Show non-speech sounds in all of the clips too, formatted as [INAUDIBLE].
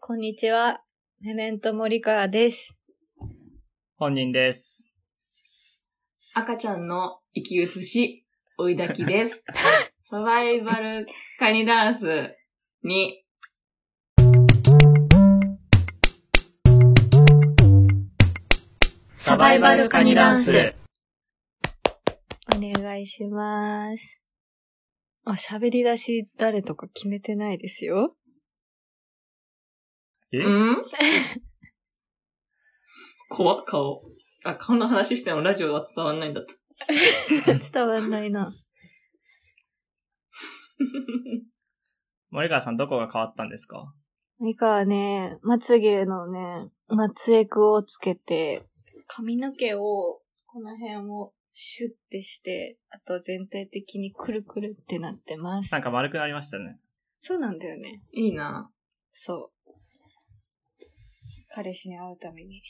こんにちは。メメント森川です。本人です。赤ちゃんの生き薄し、追い抱き [LAUGHS] です。サバイバルカニダンスに、サバイバルカニダンスお願いします。あ、喋り出し誰とか決めてないです [LAUGHS] よ。えうん [LAUGHS] 怖っ、顔。あ、顔の話してもラジオは伝わんないんだと。伝わんないな。森川さんどこが変わったんですかミカはね、まつげのね、まつエクをつけて、髪の毛を、この辺をシュッてして、あと全体的にくるくるってなってますなん。か丸くなりましたね。そうなんだよね。いいなそう。彼氏に会うために、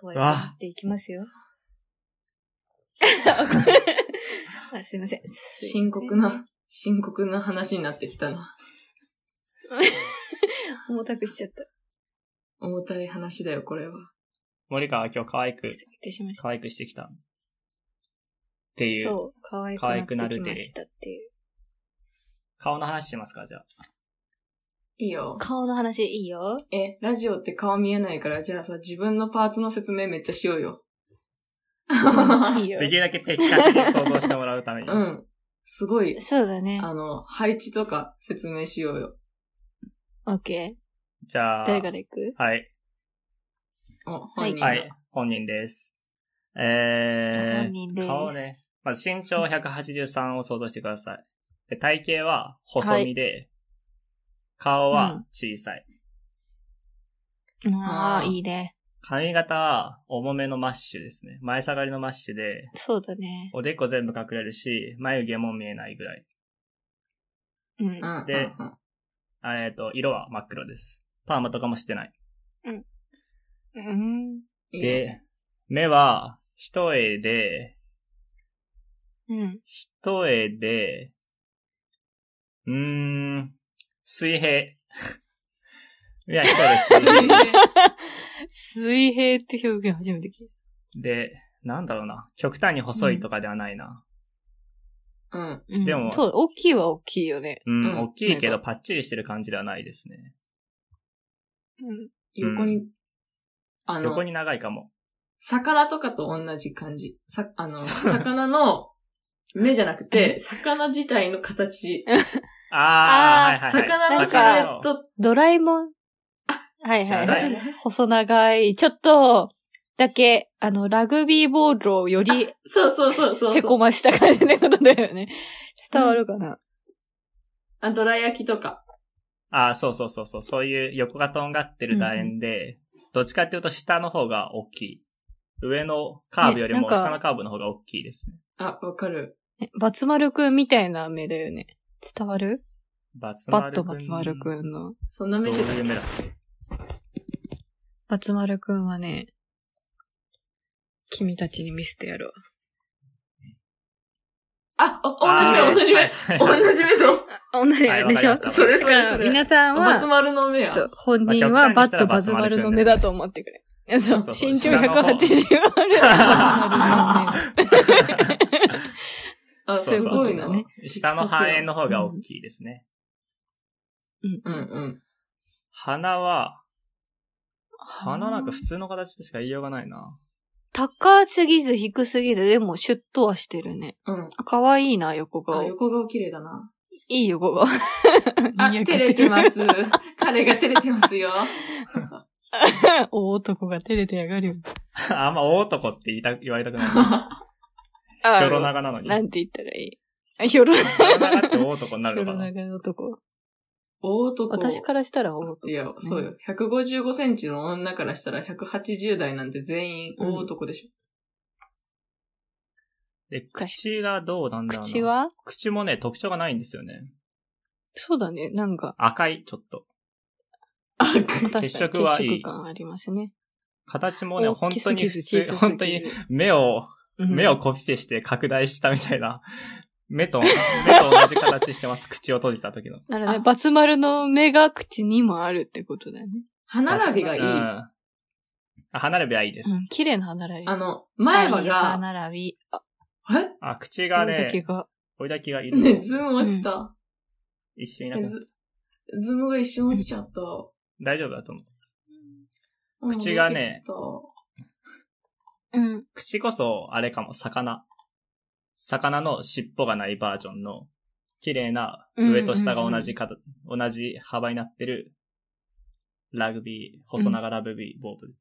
可愛くなっていきますよ。 [LAUGHS] あすいません。すいません深刻な、。深刻な話になってきたな。重たくしちゃった。重たい話だよ、これは。森川は今日可愛く、失礼しました。可愛くしてきた。っていう。そう、可愛くなってきましたっていう。顔の話しますかじゃあ。いいよ。顔の話いい [LAUGHS] よ。え、ラジオって顔見えないから、じゃあさ、自分のパーツの説明めっちゃしよう [LAUGHS] よ。いいよで。きるだけ的確に想像してもらうために。うん。すごい、そうだね。あの、配置とか説明しようよ。オッケー。じゃあ。誰から行くはい。お、本人の。はい。本人です。えー、本人です顔ね。まず身長183を想像してください。で体型は細身で、顔は小さい。ああ、あーいいね。髪型は重めのマッシュですね。前下がりのマッシュで、そうだね。おでこ全部隠れるし、眉毛も見えないぐらい。うん。うんでうんうんあえっ、と、色は真っ黒です。パーマとかもしてない。うん。いいよで、目は、一重で、うん。 [LAUGHS] 一重で、うーん、水平。 [LAUGHS] いや、一重です、 [LAUGHS] ね。水平って表現初めて聞いで、なんだろうな。極端に細いとかではないな。うん。た。うんでもそう、大きいは大きいよね。うん、うん大きいけどパッチリしてる感じではないですね。うん。横に、あの横、に長いかも。魚とかと同じ感じ。さ、あの、そう魚の目じゃなくて、魚自体の形。あー、あはいはいはい。魚のシルエ魚ット。ドラえもん。はいじゃはあいなはわいかい。る細長い。ちょっと、だけ、あの、ラグビーボールをよりそうそうそうそうへそこう。ました感じのことだよね。 [LAUGHS] 伝わるかな、あ、どら焼きとか。ああ、そうそうそうそう。そういう横がとんがってる楕円で、どっちかっていうと下の方が大きい。上のカーブよりねなもんか下のカーブの方が大きいですね。あ、わかる。ねバツマルくんみたいな目だよね。伝わるバツバマッルトくん。バツマルくんの。そんなど目うしてたいう目だっバツマルくんはね、君たちに見せてやろう。あ、あーお、同じ目、同じ目。同じ目と。同じはいでしょわかりましたそれから、それ皆さん松は、丸の目や。そう、本人はバットバツマルの目だと思ってくれ。いやそう、そうそう身長下の180方あるバツマル [LAUGHS] の目。あ、そうすそうごいな。そうういうことけ下の半円の方が大きいですね。んうん。鼻は、鼻なんか普通の形としか言いようがないな。高すぎず低すぎず、でもシュッとはしてるね。うん。あ可愛いな、横あ、顔。横顔綺麗だな。いい横顔。。あ、照れてます [LAUGHS] す。彼が照れてますよ。大男が照れてやがるよ。あんま大男って言いた、言われた [LAUGHS] くない。あひょろ長なのに。なひんて言ったらいいあひょろ、ひょろ長って大男になょろる [LAUGHS] のかな。長の男。大男。私からしたら大男。いや、そうよ。155センチの女からしたら180代なんて全員大男でしで、口がどうなんだろうな。口は口もね、特徴がないんですよね。そうだね、なんか。赤い、ちょっと。ょ。確かに血血色はいい色感ありますね。形もね、大本き当すにぎ普ず通、本当に、目を、目をコピペして拡大したみたいな、目と、目と同じ [LAUGHS] 形してます。口を閉じた時の。ならね、バツ丸の目が口にもあるってことだよね。歯並びがいい。うん。あ歯並びはいいです。うん、綺麗な歯並び。あの、前歯あいい歯が、並び。あ、えあ、口がこういう時ね、が。追いだきがいね、る。ズーム落ちた。一瞬いなくえなった。ズズームが一瞬落ちちゃった。大丈夫だと思う。うん口がね、戻ってうん。口こそ、あれかも、魚。魚の尻尾がないバージョンの、綺麗な、上と下が同じか、同じ幅になってる、ラグビー、細長ラグビーボール。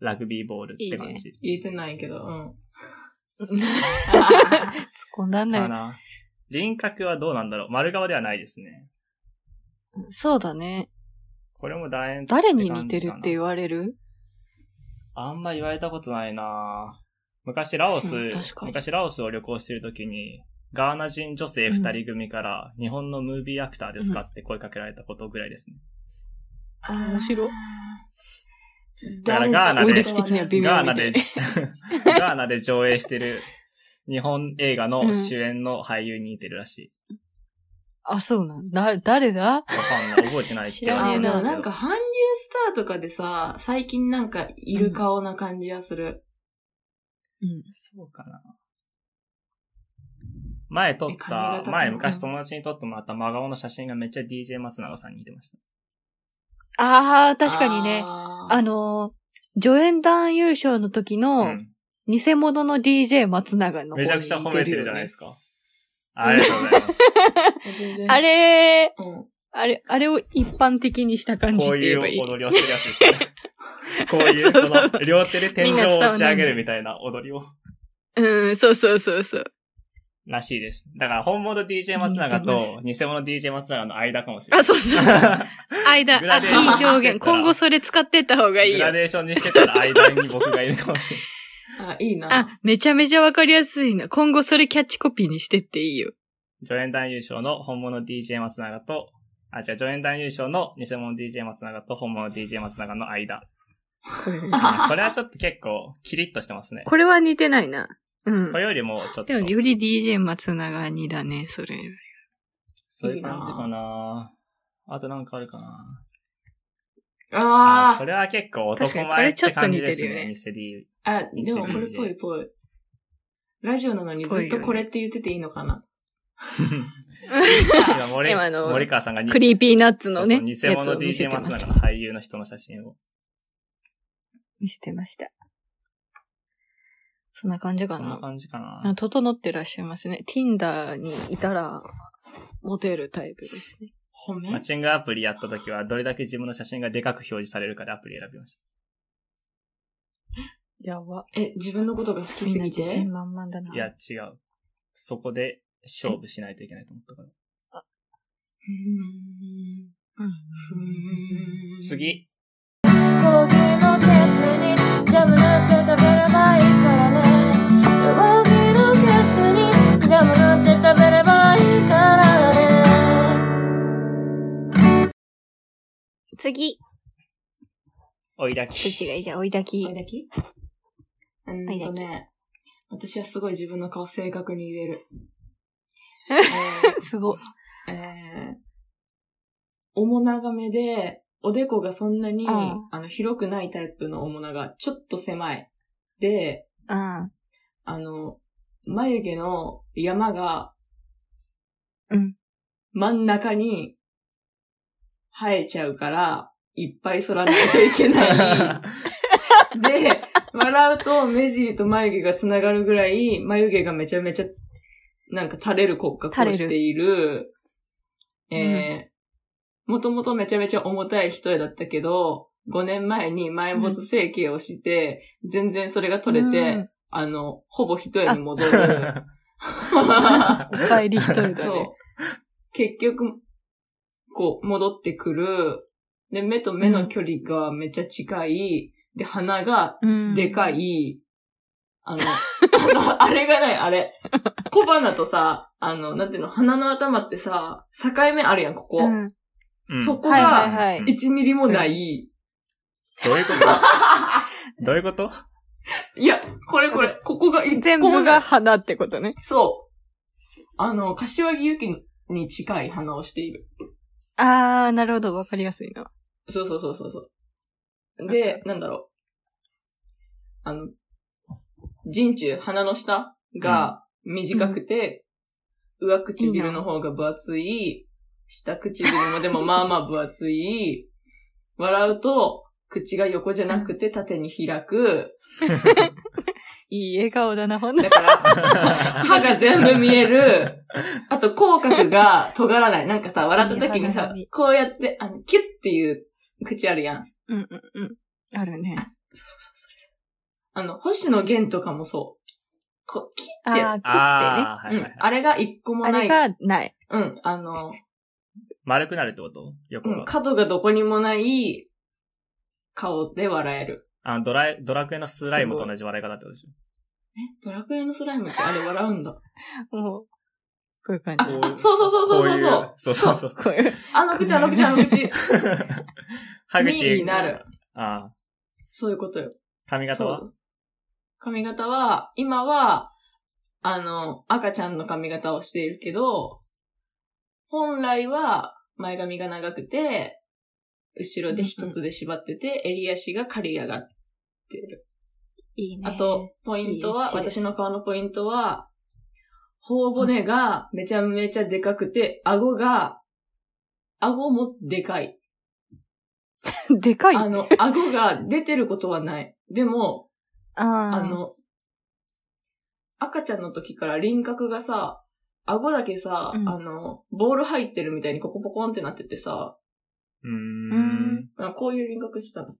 ラグビーボールって感じ。きた言えてないけど、うん。 [LAUGHS] 突っ込んだんだかよね。な。輪郭はどうなんだろう丸側ではないですね。そうだね。これも楕円って感じ誰かなに似てるって言われるあんま言われたことないな昔ラオス、うん確かに昔ラオスを旅行してるときに、ガーナ人女性二人組から、日本のムービーアクターですかって声かけられたことぐらいですね。あ面白い。だからガーナで追い出き的には微妙ガーみナたいで、 [LAUGHS] ガーナで上映してる日本映画の主演の俳優に似てるらしい。あ、そうなんだ。誰だわかんない。覚えてないって知らあねえーでなもですけなどんか、韓流スターとかでさ、最近なんかいる顔な感じがする。うん。そうかな。前撮っえ髪た型、かな前昔友達に撮ってもらった真顔の写真がめっちゃ DJ 松永さんに似てました。あー、確かにね。あーあのー、助演団優勝の時うのん。偽物の DJ 松永の方めに似ちてゃるよねくちゃ褒めてるじゃないですか。ありがとうござ [LAUGHS] います。全然あれ、うん。あれ、あれを一般的にした感じっこてう言い。えばいいう踊りをするやつですね。こうい [LAUGHS] そうう、そうそこうの、両手で天井を押し上げるみたいな踊りを、うん、そうそうそうそう。らしいです。だから、本物 DJ 松永と、偽物 DJ 松永の間かもしれなあ、い。そうそう [LAUGHS] そう。間、グあ、ラデーションいい表現。今後それ使ってった方がいいグラよ。デーションにしてたら間に僕がいるかもしれない。あ、いいな。あ、めちゃめちゃわかりやすいな。今後それキャッチコピーにしてっていいよ。助演団優勝の本物 DJ 松永と、あ、じゃあ助演団優勝の偽物 DJ 松永と本物 DJ 松永の間。あこれはちょっと結構、キリッとしてますね。これは似てないな。うんこ。れよりも、ちょっとで、も、より DJ 松永にだね、それ。そういう感じかなあとなんかあるかなあこあれは結構確か男にこれ前っちょってと感じで似すてるよね、ねミセ [LAUGHS] ディ。あ。あ、でもこれっぽいっぽい。ラジオなのにずっとこれって言ってていいのかな。今、森今あの森川さんがにクリーピーナッツのね、そうそう偽物やつを見せて DJ ま松し永たの。俳優の人の写真を。見せてました。そんな感じかそんなな。感じかなあ整ってらっしゃいますね。Tinder にいたら、モテるタイプですね。褒めマッチングアプリやった時は、どれだけ自分の写真がでかく表示されるかでアプリ選びましやば。え、自分のことが好きみんすなぎ自て信。満々だな。た。いや、違う。そこで勝負しないといけないと思ったから。うん。次。講義のケツにジャムなんて食べればいいからね講義のケツにジャムなんて食べればいいからね次。追い [LAUGHS] だどっき。ちがいいじゃん、追いだきこれ。だけうんとね、私はすごい自分の顔正確に言 [LAUGHS] える。すごい。えーえー、おも長めで、おでこがそんなに、うんあの、広くないタイプのおもなが、ちょっと狭い。で、うん。あの、眉毛の山がうん。真ん中に生えちゃうから、いっぱい剃らないといけ [LAUGHS] ない。で、笑うと目尻と眉毛がつながるぐらい、眉毛がめちゃめちゃ、なんか垂れる骨格をしている、垂れるえー、もともとめちゃめちゃ重たい人だったけど、5年前に埋没整形をして、全然それが取れて、うんあの、ほぼ一重に戻る。 [LAUGHS] お帰り一人だねそ。う。結局、こう、戻ってくる。で、目と目の距離がめっちゃ近い。で、鼻がうんでか。い。あの、 [LAUGHS] あの、あれがない、あれ。小鼻とさ、あの、なんていうの、鼻の頭ってさ、境目あるやん、ここ。うん。うんそこはいはいが、はい。 1ミリも [LAUGHS] ない。どういうことどういうこといや、これこれ、ここが一個もない全部が花ってことね。そう。あの、柏木由紀に近い鼻をしている。あー、なるほど。わかりやすいな。そうそうそうそうそう。で、なんだろう。あの、人中、鼻の下が短くて、上唇の方が分厚い、下唇もでもまあまあ分 [LAUGHS] 厚い、笑うと、口が横じゃなくて縦に開く。いい笑顔だな、ほんと。[LAUGHS] だから、歯が全部見える。あと、口角が尖らない。なんかさ、笑った時にいい歯さ並び、こうやって、あの、キュッっていう口あるやん。うんうんうん。あるね。あの、星野源とかもそう。こキッてやあつ。あ、ああ、はういんはい、はい。あれが一個も切ってね。あなれい。がない。うん。あの、丸くなるってこと横うん、が。角がどこにもない顔で笑える。あのドラえ、ドラクエのスライムと同じ笑い方ってことでしょえ、ドラクエのスライムってあれ笑うんだ。もう、こういう感あ、じ。そうそうそうそうそうそう。そうそう [LAUGHS] そう。こういう。あの口、あの口、あの口。歯ミーになる。ああ。そういうことよ。髪型はそう髪型は、今は、あの、赤ちゃんの髪型をしているけど、本来は前髪が長くて、後ろで一つで縛ってて、襟足が刈り上がってる。いいね。あと、、ポイントは、いいエッチです私の顔のポイントは、頬骨がめちゃめちゃでかくて、顎が、顎もでかい。でかい。ああの、顎が出てることはない。でも、ああの、の、赤ちゃんの時から輪郭がさ、顎だけさ、うんあの、ボール入ってるみたいにココポコンってなっててさ、うーんうーんあこういう輪郭してたの。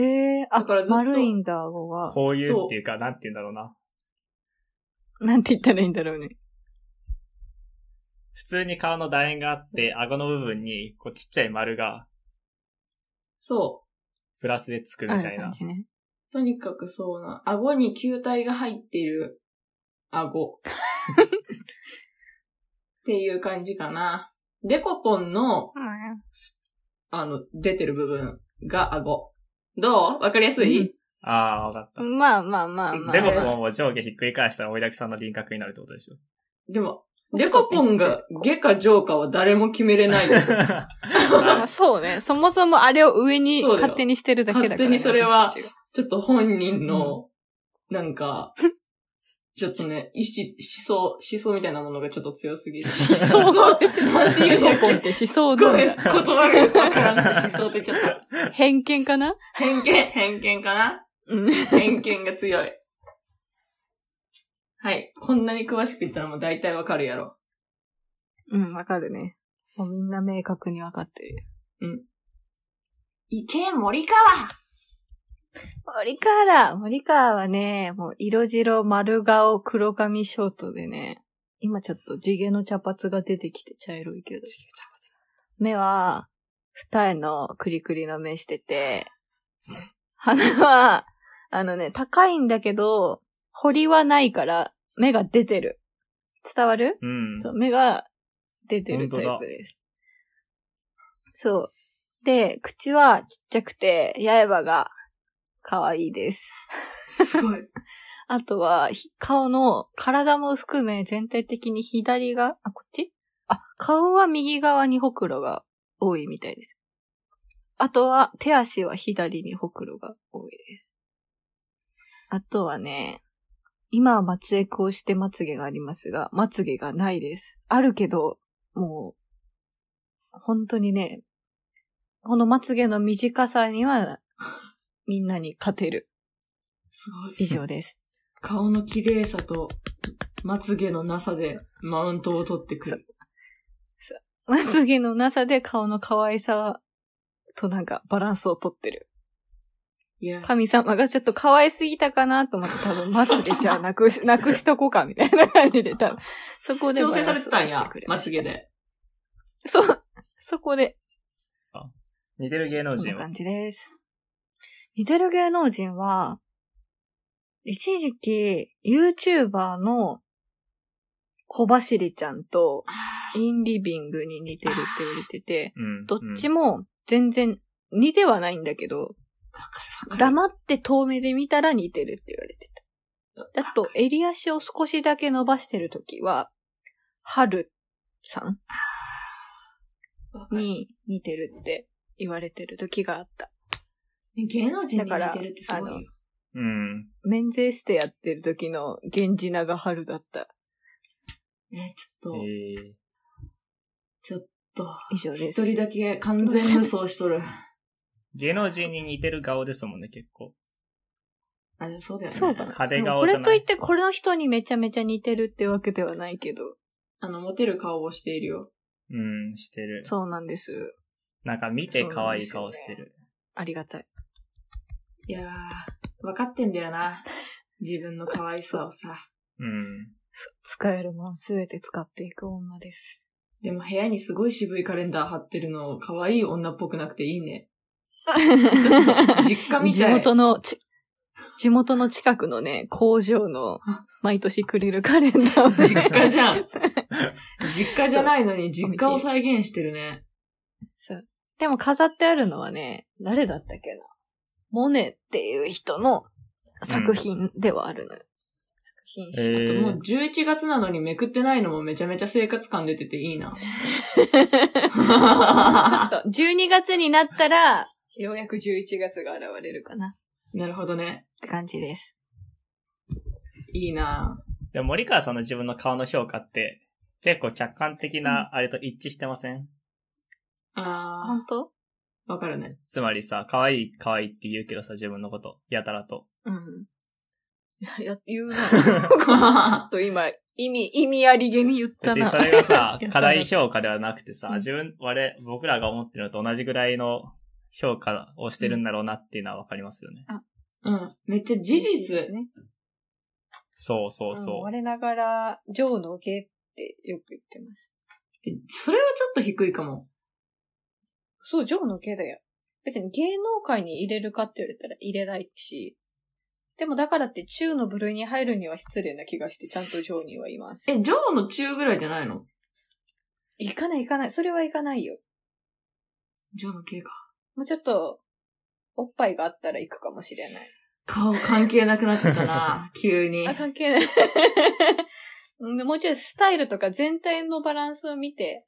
ええあだからずっ、と丸いんだ、顎は。こういうっていうか、なんて言うんだろうな。なんて言ったらいいんだろうね。普通に顔の楕円があって、顎の部分に、こうちっちゃい丸が、そプラスでつくみあたるい感な。じね。う。とにかくそうな。顎に球体が入っている顎。っていう感じかな。デコポンの、あの、出てる部分が顎。どうわかりやすい、ああ、わかった。まあまあまあまあ。でも、もう上下ひっくり返したら、おいだきさんの輪郭になるってことでしょ。 [LAUGHS] でも、デコポンが下か上かは誰も決めれないです。まあそうね。そもそもあれを上にそうだよ勝手にしてるだけだから、ね。勝手にそれは私たちがちょっと本人の、なんか、ちょっとね、意思、思想、思想みたいなものがちょっと強すぎる。思想ってなんて言うんだっポンっけて思想ごどめ、うん言だ。葉がわからん思想ってちょっと、偏見かな [LAUGHS] 偏見、偏見かなうん。偏見が強い。はい。こんなに詳しく言ったらもう大体わかるやろ。うん、わかるね。もうみんな明確にわかってる。いけ、森川森川だ森川はね、もう色白丸顔黒髪ショートでね、今ちょっと地毛の茶髪が出てきて茶色いけど。目は、二重のクリクリの目してて、鼻は、あのね、高いんだけど、彫りはないから、目が出てる。伝わるうん。そう、目が出てる本当タだイプです。そう。で、口はちっちゃくて、刃が可愛いです。すごい。あとは、ひ顔の、体も含め全体的に左が、あ、こっちあ、顔は右側にほくろが多いみたいです。あとは、手足は左にほくろが多いです。あとはね、今は松江こうしてまつげがありますが、まつげがないです。あるけど、もう、本当にね、このまつげの短さには、みんなに勝てる。すご以い。上です。顔の綺麗さと、まつげのなさで、マウントを取ってくる。まつげのなさで顔の可愛さとなんかバランスをとってる。いや、神様がちょっと可愛すぎたかなと思って多分まつげじゃあなくし、なくしとこうかみたいな感じで多分。そこで調バ整ラさンれスをてた取んっやてくれ、ままつしげで。そう、そこで、似てる芸能こん人なは。感じです。似てる芸能人は、一時期 YouTuber の小走りちゃんとインリビングに似てるって言われてて、うん。どっちも。も全然似てはないんだけど、黙って遠目で見たら似てるって言われてた。だと、襟足を少しだけ伸ばしてるときは、春さんわかるに似てるって言われてる時があった。芸能人にだ似かてらるってすごいよ。うん。免税してやってる時の源氏長春だった。ね、ちょっえと、ー、ちょっと、以上で一す。人だけ完全無双 [LAUGHS] しとる。芸能人に似てる顔ですもんね、結構。あ、でもそうだよね。そうかな。派で手も顔こじれゃなといっい。て、この人にめちゃめちゃ似てるってわけではないけど。あの、モテる顔をしているよ。うん、してる。そうなんです。なんか見て可愛い顔してる。ありがたい。いやー、分かってんだよな。自分の可愛さをさ。うん。そ使えるもんすべて使っていく女です。でも部屋にすごい渋いカレンダー貼ってるの、可愛い女っぽくなくていいね。ちょっと実家 [LAUGHS] [LAUGHS] み地たい。元のち、地元の近くのね、工場の毎年くれるカレンダーをね、実家じゃん。実家じゃないのに実家を再現してるね。そう。でも飾ってあるのはね、誰だったっけな。モネっていう人の作品ではあるのよ。作品集。えもうー、 11月なのにめくってないのもめちゃめちゃ生活感出てていい [LAUGHS] な。 [LAUGHS] ちょっと、12月になったら、ようやく11月が現れるかな。なるほどね。って感じです。いいなでも森川さんの自分の顔の評価って、結構客観的なあれと一致してません、あ本当ー、わかるね。つまりさ、可愛い可愛いって言うけどさ、自分のこと、やたらと。うん。いや、言 [LAUGHS] うな。ちょっと今、意味、意味ありげに言った別にな。それがさ [LAUGHS] やった、な課題評価ではなくてさ、うん自分、我々、僕らが思ってるのと同じぐらいの評価をしてるんだろうなっていうのはわかりますよね。うん。めっちゃ事嬉しいです実。ね。そうそううんそう。我ながら、ジョーのゲってよく言ってます。えそれはちょっと低いかも。そう、ジョーのゲだよ。別に芸能界に入れるかって言われたら入れないし、でもだからって中の部類に入るには失礼な気がして、ちゃんとジョーにはいます。え、ジョーの中ぐらいじゃないの行かない行かない。それは行かないよ。ジョーの系か。もうちょっと、おっぱいがあったら行くかもしれない。顔関係なくなってたな急にあ、。関係ない。 [LAUGHS] うんもうちょいスタイルとか全体のバランスを見て、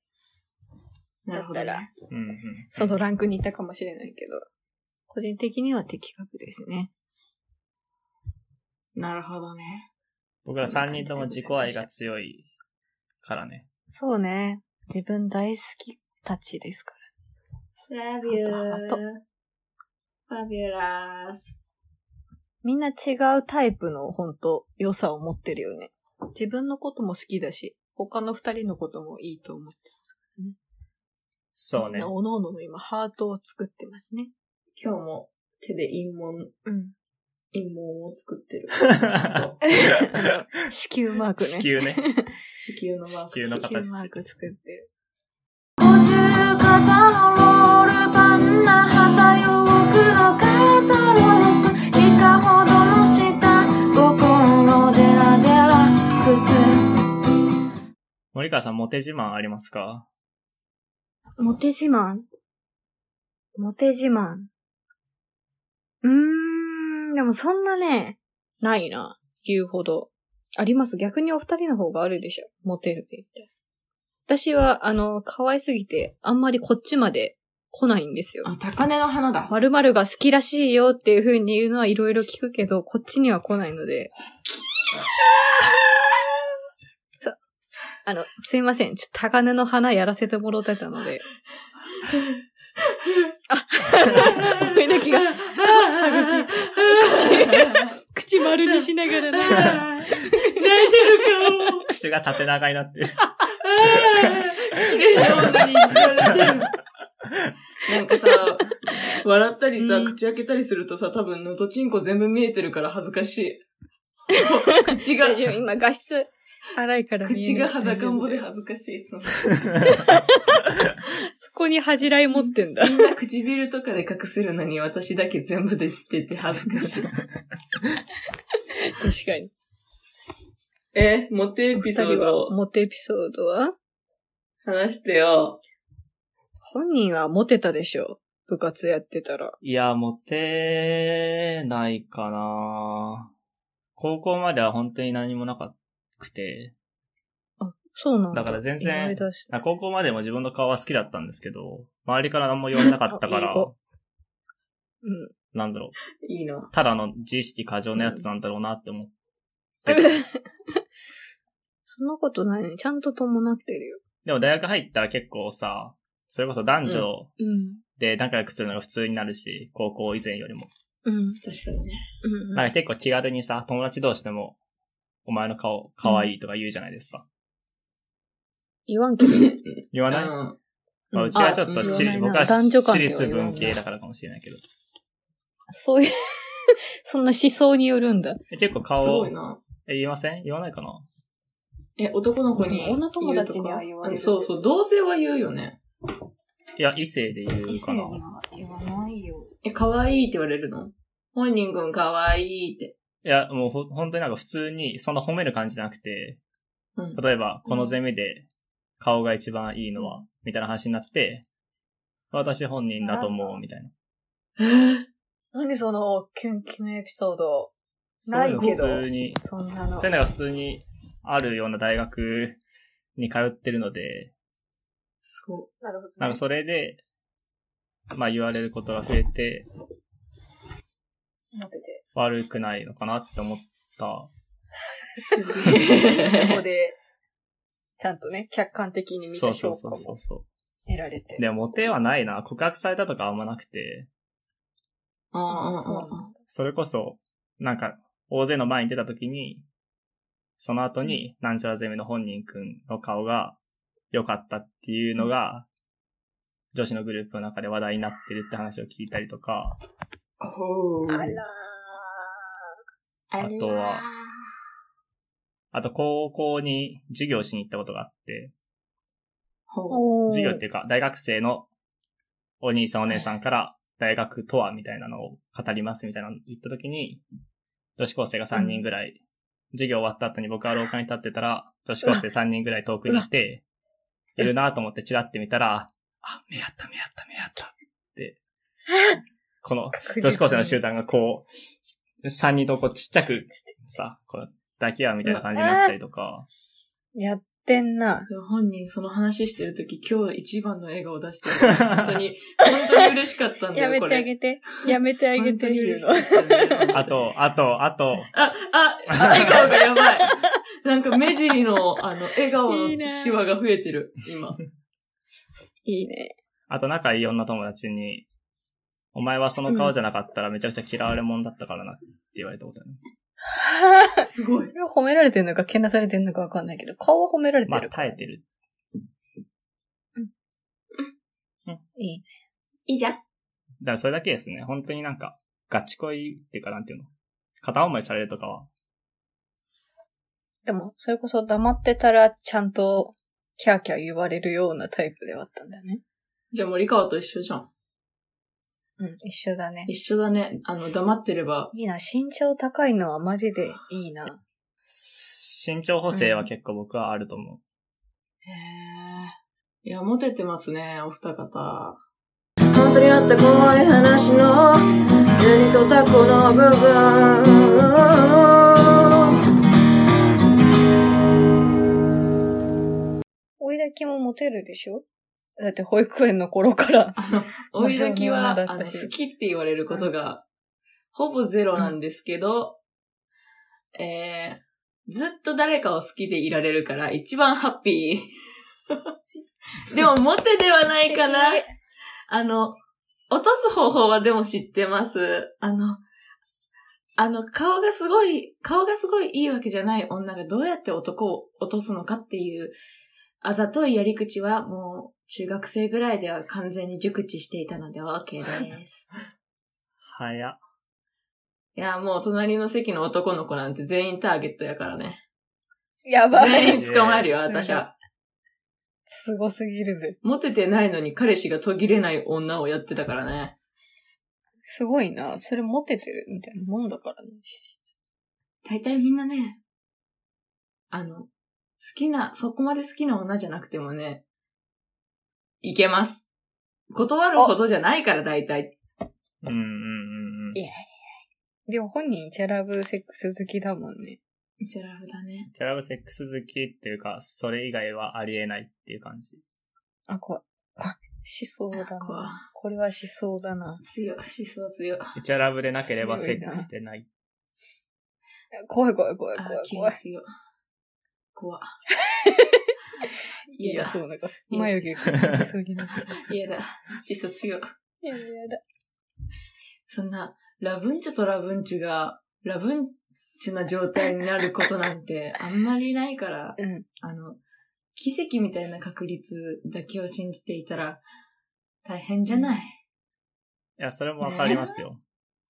なるほだど、ったね。うんうん。そのランクにいたかもしれないけど、個人的には的確ですね。なるほどね。僕ら3人とも自己愛が強いからね。そうね。自分大好きたちですから。ラビフューァビュラース。みんな違うタイプの本当良さを持ってるよね。自分のことも好きだし、他の二人のこともいいと思ってます。そうみんねな。おのおのの今、ハートを作ってますね。今日も手で陰門、うん。陰門を作ってる。子宮マークね。地球ね。子宮のマー子宮の形子宮マーク作ってる。五十肩のロールパンナ旗よくのカタロですいかほどの下心のデラデラくす森川さん、モテ自慢ありますかモテ自慢モテ自慢。うーん、でもそんなね、ないな、言うほど。あります。逆にお二人の方があるでしょ。モテるって言って。私は、あの、可愛すぎて、あんまりこっちまで来ないんですよ。あ、高根の [LAUGHS] 花だ。 〇〇が好きらしいよっていう風に言うのはいろいろ聞くけど、こっちには来ないの [LAUGHS] で。そう。あの、すいません。ちょっと高根の花やらせてもろてたので。あ、声だ [LAUGHS] けが、口丸にしながらな。泣いてる顔。口が縦長になってる。 [LAUGHS] なんか [LAUGHS] さ、笑ったりさ、うん口開けたりするとさ、多分のとちんこ全部見えてるから恥ずかし [LAUGHS] い。口が、大丈夫今画質荒いから見え口ないが裸んぼで恥ずかしい。そのそこに恥じらい持ってんだ。みんな唇とかで隠せるのに私だけ全部で知ってて恥ずかしい。確かに。 [LAUGHS] え、モテエピソ二ー人はドモテエピソードは話してよ。本人はモテたでしょ部活やってたら。いや、モテないかな高校までは本当に何もなかくて、そうなんだから全然意外だしあ高校までも自分の顔は好きだったんですけど、周りから何も言われなかったかあ [LAUGHS] ら英、語うん。なんだろいいなう、。ただの自意識過剰なやつなんだろうなって思う。そんなことないね。ちゃんと伴ってるよ。でも大学入ったら結構さ、それこそ男女で仲良くするのが普通になるし、高校以前よりも。うん。確かにね。うん。なんか結構気軽にさ、友達同士でも、お前の顔可愛いとか言うじゃないですか。言わんけど。言わない、うんまあ、うちはちょっと私あ立、うん僕は男女関係は私立言わない文系だからかもしれないけど。そう [LAUGHS] いう、そんな思想によるんだ。え結構す顔ごい、な。え、言いません言わないかなえ、男の子に言うとか。女友達には言われるうんそうそう、同性は言うよね。いや、異性で言うかな。いは言わないよ。え、可愛いって言われるの本人くん可愛いって。 [LAUGHS] や、もうほ、本当になんか普通に、そんな褒める感じじゃなくて、うん。例えば、このゼミで顔が一番いいのは、みたいな話になって、私本人だと思う、みたいな。何その、キュンキュンエピソード。そういうのないけど普通に、そんなのそうい。うのが普通にあるような大学に通ってるので、すごい。なるほどねなんかそれで、まあ言われることが増えて、待って [LAUGHS] て。悪くないのかなって思った。そこで、ちゃんとね、客観的に見そたうそ評うそ価うそもうそ得られてう。。でも、モテはないな。告白されたとかあんまなくて、うんうんそううなんんだそれこそ、なんか、大勢の前に出た時に、その後に、なんちゃらゼミの本人くんの顔が良かったっていうのが、女子のグループの中で話題になってるって話を聞いたりとか、ほう。あらー。あとは、あと高校に授業しに行ったことがあって、ほう。お授業っていうか大学生のお兄さんお姉さんから大学とはみたいなのを語りますみたいなの言った時に、女子高生が3人ぐらい、授業終わった後に僕は廊下に立ってたら、女子高生3人ぐらい遠くにいて、いるなと思ってチラって見たら、あ、目合った目合った目合ったって、この女子高生の集団がこう、3人とこうちっちゃくさ、こう抱き合うみたいな感じになったりとか、やってんな。でも本人その話してるとき、今日一番の笑顔出して [LAUGHS] る。本当に、本当に嬉しかったんだよ。やめてあげて。やめてあこれげて言うの。本当に嬉しかったね [LAUGHS] あと、あと、あと、あ、あ、あ笑顔がやばい。なんか目尻の、あの、笑顔いいのねシワが増えてる、 [LAUGHS] 今。いいね。あと仲いい女友達に、お前はその顔じゃなかったらめちゃくちゃ嫌われ者だったからなって言われたことあります。すごい。それは褒められてんのか、けなされてんのかわかんないけど、顔は褒められてまあ、る。耐えてる。いいね。いいじゃん。だからそれだけですね。本当になんか、ガチ恋っていうかなんていうの。片思いされるとかは。でも、それこそ黙ってたら、ちゃんと、キャーキャー言われるようなタイプではあったんだよね。じゃあ森川と一緒じゃん。うん、一緒だね。一緒だね。あの、黙ってれば。いいな、身長高いのはマジでいいな。身長補正は結構僕はあると思う。へえ。いや、モテてますね、お二方。本当にあった怖い話の何とタコの部分追いだきもモテるでしょだって保育園の頃から。 [LAUGHS] 追いだきは、まああ少年女だの、ったし好きって言われることが、ほぼゼロなんですけど、えー、ずっと誰かを好きでいられるから、一番ハッピー。でも、モテではないかな。あの、落とす方法はでも知ってます。あの、あの、顔がすごい、顔がすごいいいわけじゃない女がどうやって男を落とすのかっていう、あざといやり口はもう中学生ぐらいでは完全に熟知していたので OK です。早っ。いや、もう隣の席の男の子なんて全員ターゲットやからね。やばい。全員捕まえるよ、いや私は。すごすぎるぜ。モテてないのに彼氏が途切れない女をやってたからね。すごいな。それモテてるみたいなもんだからね。大体みんなね、あの、好きな、そこまで好きな女じゃなくてもね、いけます。断るほどじゃないから大体。うんうんうんうんい。やでも本人イチャラブセックス好きだもんね。ジェラフだね。ジャラブセックス好きっていうか、それ以外はありえないっていう感じ。あ、怖い。怖いしそうだ怖いな。これはしそうだな。強い。思想強い。あ、ジャラブでなければセックスでない。怖い怖い怖い怖い急怖にい。強い。怖 [LAUGHS] い。い嫌や、だ。そうなんか、眉毛がつきそうになった。嫌だ。思想強い。やだやだ。そんな、ラブンチョとラブンチュが、ラブンチュな状態になることなん [LAUGHS] て、あんまりないから、うん。あの、奇跡みたいな確率だけを信じていたら、大変じゃない。いや、それもわかりますよ。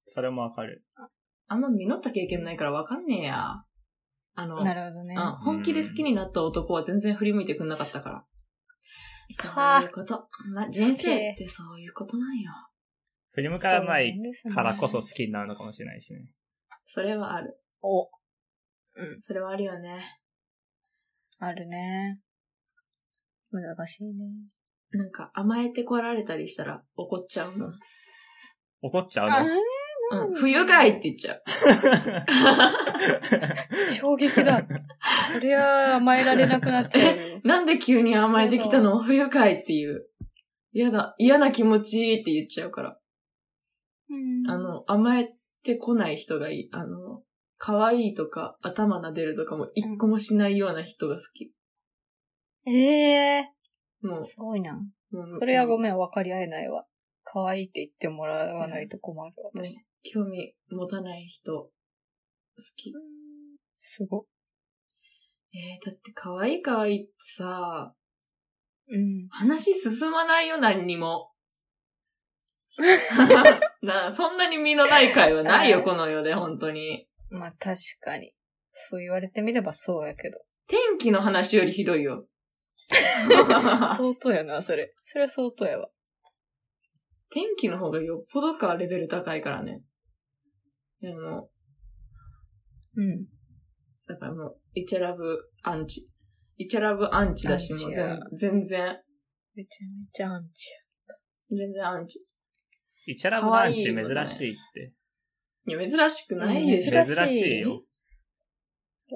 それもわかる。あんま実った経験ないからわかんねえや。あの、なるほどね。うん本気で好きになった男は全然振り向いてくんなかったから。かそういうこと。ま、人生ってそういうことなんよ。振り向かないからこそ好きになるのかもしれないしね。それはある。お、それはあるよね。あるね。難しいね。なんか甘えてこられたりしたら怒っちゃうもん。怒っちゃあうの。うん、冬かいって言っちゃう。衝撃だ。そりゃ甘えられなくなっちゃうよ。なんで急に甘えてきたの冬かいっていう。嫌だ、嫌な気持ちって言っちゃうから。あの、甘えてこない人がいい。あの、可愛いとか頭撫でるとかも一個もしないような人が好き。ええもー、すごいな。う、もうそれはごん。めん、分かり合えないわ。可愛いって言ってもらわないと困る、もう私。興味持たない人、好き。すご。えー、だって可愛い可愛いってさ、うん。話進まないよ、何 [LAUGHS] にも。 [LAUGHS] なそんなに身のない会はないよ、この世で、本当に。まあ確かに。そう言われてみればそうやけど。天気の話よりひどいよ。相当やな、それ。それは相当やわ。 [LAUGHS] 天気の方がよっぽどかレベル高いからね。でも、うん。だからもう、イチャラブアンチ。イチャラブアンチだし、アンもうチや全全然、めちゃめちゃアンチ全然アンチ。 [LAUGHS] イチャラブランチ珍しいって。いや、珍しくないでしいょや。珍しいよ。や。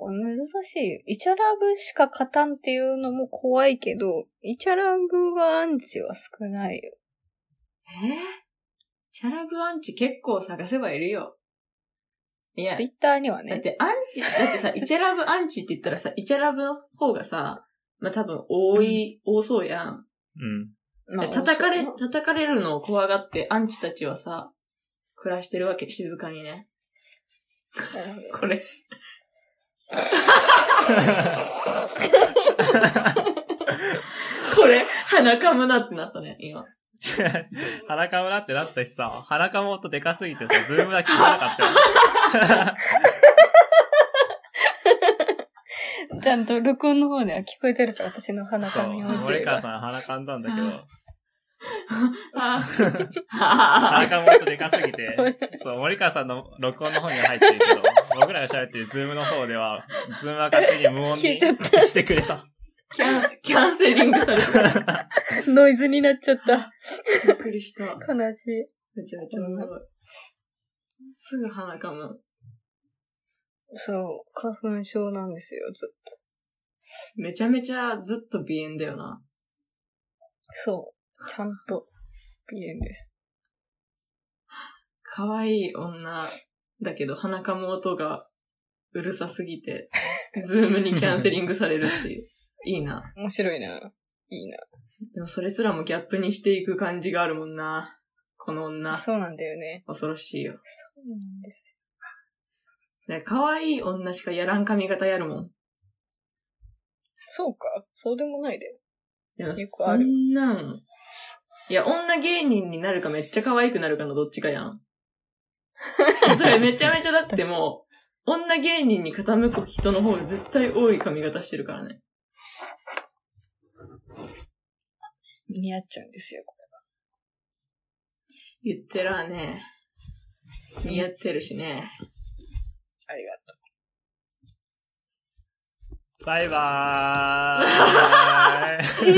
難しいよ。イチャラブしか勝たんっていうのも怖いけど、イチャラブがアンチは少ないよ。えー、イチャラブアンチ結構探せばいるよ。いやツ、イッターにはだっね。てアンチ、だってさ、イチャラブアンチって言ったらさ、イチャラブの方がさ、まあ、多分多い、多そうやん。うん。 [LAUGHS] まあ叩かれそう、叩かれるのを怖がって、アンチたちはさ、暮らしてるわけ、静かにね。これ。これ、鼻かむなってなったね、今。裸村ってなったしさ、裸も音でかすぎてさ、ズームが聞こえなか [LAUGHS] ったよ。ちゃんと録音の方では聞こえてるから、私の鼻そかみ音う、声森が川。さん鼻かんだんだけど、ああ。裸も音でかす [LAUGHS] ぎて、そう、森川さんの録音の方には入ってるけど、僕らが喋ってるズームの方では、ズームは勝手に無音に消えちゃっしてくれた。キャン、キャンセリングされた。 [LAUGHS] ノイズになっちゃった。びっくりした。悲しい。めちゃめちゃおもろい。すぐ鼻かむ。そう、花粉症なんですよ、ずっと。めちゃめちゃずっと鼻炎だよな。そう、ちゃんと、鼻炎です。可愛い女だけど鼻かむ音がうるさすぎて、ズームにキャンセリングされるっていう。いいな。面白いな。いいな。でもそれすらもギャップにしていく感じがあるもんな。この女。そうなんだよね。恐ろしいよ。そうなんですよ。ね可愛い女しかやらん髪型やるもん。そうか、そうでもないで。でもよくそあるんなん。いや、女芸人になるかめっちゃ可愛くなるかのどっちかや [LAUGHS] ん。それめちゃめちゃだってもう、女芸人に傾く人の方が絶対多い髪型してるからね。似合っちゃうんですよ。言ってらね。似合ってるしね。ありがバ [LAUGHS] イバーイ。